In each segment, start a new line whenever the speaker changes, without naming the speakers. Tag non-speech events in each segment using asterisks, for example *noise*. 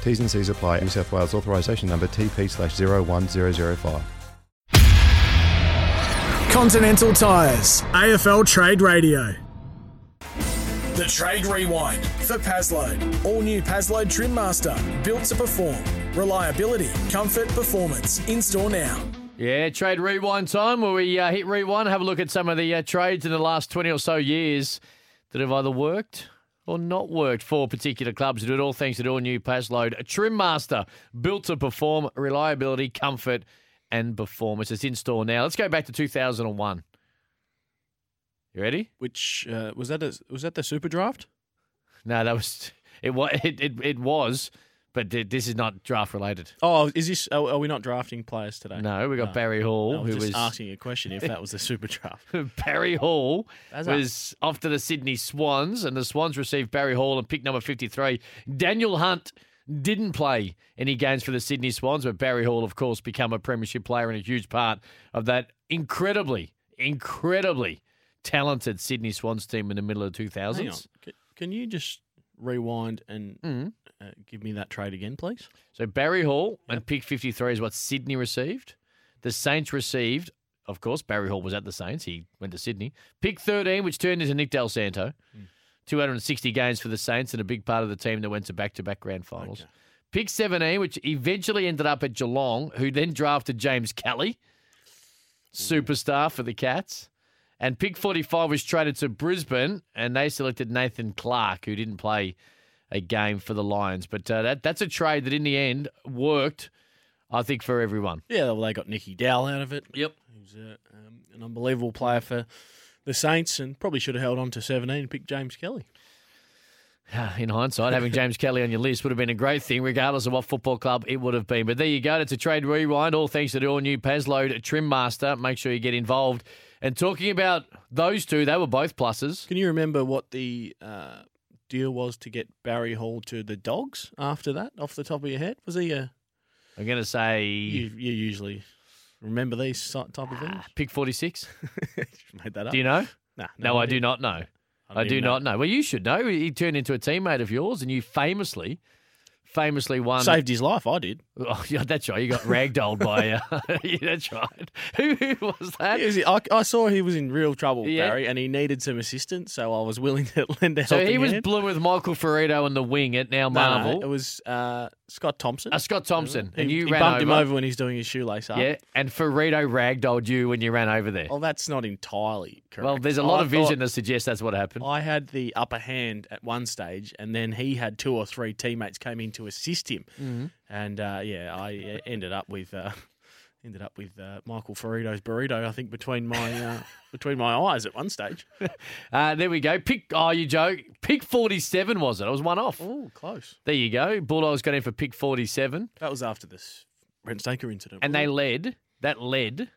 T's and C's apply. New South Wales authorisation number TP slash 01005.
Continental Tires, AFL Trade Radio.
The Trade Rewind for Pazload. All new Pazload Trim Master, built to perform. Reliability, comfort, performance. In store now.
Yeah, trade rewind time where we uh, hit rewind, have a look at some of the uh, trades in the last 20 or so years that have either worked or not worked for particular clubs. We do it all thanks to the all new pass load. A trim master built to perform reliability, comfort, and performance. It's in store now. Let's go back to 2001. You ready?
Which uh, was that? A, was that the super draft?
No, that was *laughs* it. Was it? It, it was, but th- this is not draft related.
Oh, is this? Are, are we not drafting players today?
No, we got Barry Hall,
I was
who
just
was
asking a question if that was *laughs* the super draft.
*laughs* Barry Hall
That's
was off to the Sydney Swans, and the Swans received Barry Hall and pick number 53. Daniel Hunt didn't play any games for the Sydney Swans, but Barry Hall, of course, became a premiership player and a huge part of that incredibly, incredibly talented Sydney Swans team in the middle of the 2000s.
Hang on. C- Can you just rewind and uh, give me that trade again, please?
So Barry Hall and pick 53 is what Sydney received. The Saints received, of course, Barry Hall was at the Saints. He went to Sydney. Pick 13, which turned into Nick Del Santo. 260 games for the Saints and a big part of the team that went to back to back grand finals. Pick 17, which eventually ended up at Geelong, who then drafted James Kelly, superstar for the Cats. And pick 45 was traded to Brisbane, and they selected Nathan Clark, who didn't play a game for the Lions. But uh, that that's a trade that in the end worked, I think, for everyone.
Yeah, well, they got Nicky Dowell out of it.
Yep.
He's uh, um, an unbelievable player for the Saints, and probably should have held on to 17 and picked James Kelly.
Uh, In hindsight, having James Kelly on your list would have been a great thing, regardless of what football club it would have been. But there you go. It's a trade rewind. All thanks to the all new Pazload Trim Master. Make sure you get involved. And talking about those two, they were both pluses.
Can you remember what the uh, deal was to get Barry Hall to the Dogs after that? Off the top of your head, was he a?
I'm going to say
You, you usually remember these si- type of
*laughs*
things.
pick 46.
Just made that up.
Do you know?
Nah,
No, I do not know. I, do
even
not know. Well, you should know. He turned into a teammate of yours, and you famously, famously won.
Saved his life. I did.
*laughs* Oh, yeah, that's right. You got ragdolled by. Uh, *laughs* yeah, that's right. Who, who was that?
He was- I, I saw he was in real trouble,
Yeah.
Barry, and he needed some assistance, so I was willing *laughs* to lend a
so
helping
he was
hand.
blooming with Michael Ferrito on the wing at now
No, no,
Marvel.
it was uh, Scott Thompson.
uh, Scott Thompson,
He,
and you
he
ran
bumped him over when he's doing his shoelace up.
Yeah, and Ferrito ragdolled you when you ran over there.
Well, that's not entirely correct.
well, there's a lot
Oh, I
of vision
thought Oh.
that suggests that's what happened.
I had the upper hand at one stage, and then he had two or three teammates came in to assist him,
Mm-hmm.
and uh, yeah, I uh, ended up with uh, *laughs* ended up with uh, Michael Ferrito's burrito. I think between my
*laughs*
uh, between my eyes at one stage.
Uh, there we go. Pick. Oh, you joke. Pick 47 was it? I was one off.
Oh, close.
There you go. Bulldogs got in for pick 47.
That was after this Brent Staker incident.
And they
wasn't
led, that led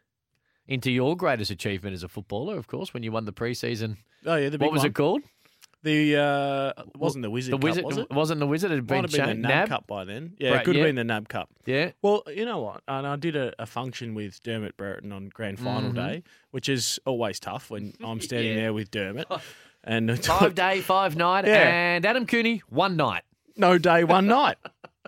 into your greatest achievement as a footballer, of course, when you won the preseason.
it? oh yeah, the big
What was
one.
it called?
The uh, it wasn't the Wizard
The
Cup,
Wizard
was it?
not the Wizard, it had been
Might have been
changed.
the NAB,
Nab?
Cup by then. Yeah,
Right,
it could
yeah.
have been the NAB Cup.
Yeah.
Well, you know what? And I did a, a function with Dermot Brereton on grand final
Mm-hmm.
day, which is always
*laughs*
tough when I'm standing there with Dermot. And *laughs*
Five day, five night,
Yeah.
and Adam Cooney, one night.
no day, one night.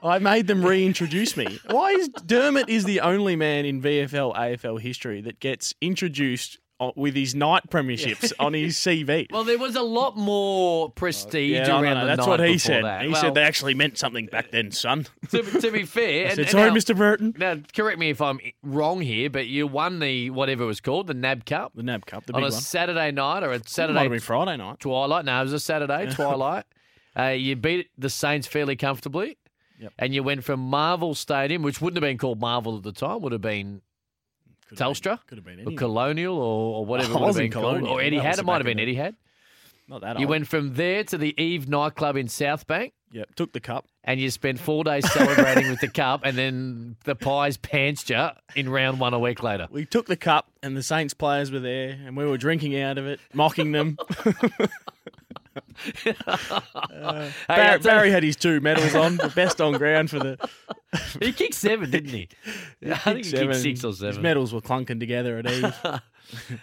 I made them reintroduce me. Why is Dermot is the only man in VFL AFL history that gets introduced on, with his night premierships on his CV.
*laughs* Well, there was a lot more prestige
Yeah, no, no,
around
no,
the
that's
night
what he
before
said.
That.
He
Well,
said they actually meant something back then, son.
*laughs* To, to be fair,
I
and-
said,
and
sorry,
now-
Mr. Burton.
Now, correct me if I'm wrong here, but you won the whatever it was called, the NAB Cup,
The NAB Cup, the
on
big
a
one.
Saturday night or a
Might have
Saturday
been Friday night.
twilight. No, it was a
*laughs*
Saturday twilight. Uh, you beat the Saints fairly comfortably,
Yep.
and you went from Marvel Stadium, which wouldn't have been called Marvel at the time, would have been
Could have been-
Telstra,
Could have been
or
anyone.
Colonial, or, or whatever
I
it would have
was in
been called,
Colonial.
or Eddie
That was
Had. It
back
might have been
in the-
Eddie Had.
Not that
You
old.
went from there to the Eve nightclub in South Bank.
Yep, took the cup.
and you spent four days celebrating with the cup, and then the pies pantsed you in round one a week later.
We took the cup, and the Saints players were there, and we were drinking out of it,
*laughs*
mocking them.
Hey,
Barry,
I'll tell
Barry had his two medals on, the best on ground for the
you- *laughs* he kicked seven, didn't he? *laughs* I think he kicked six or
His
seven.
medals were clunking together at Eve.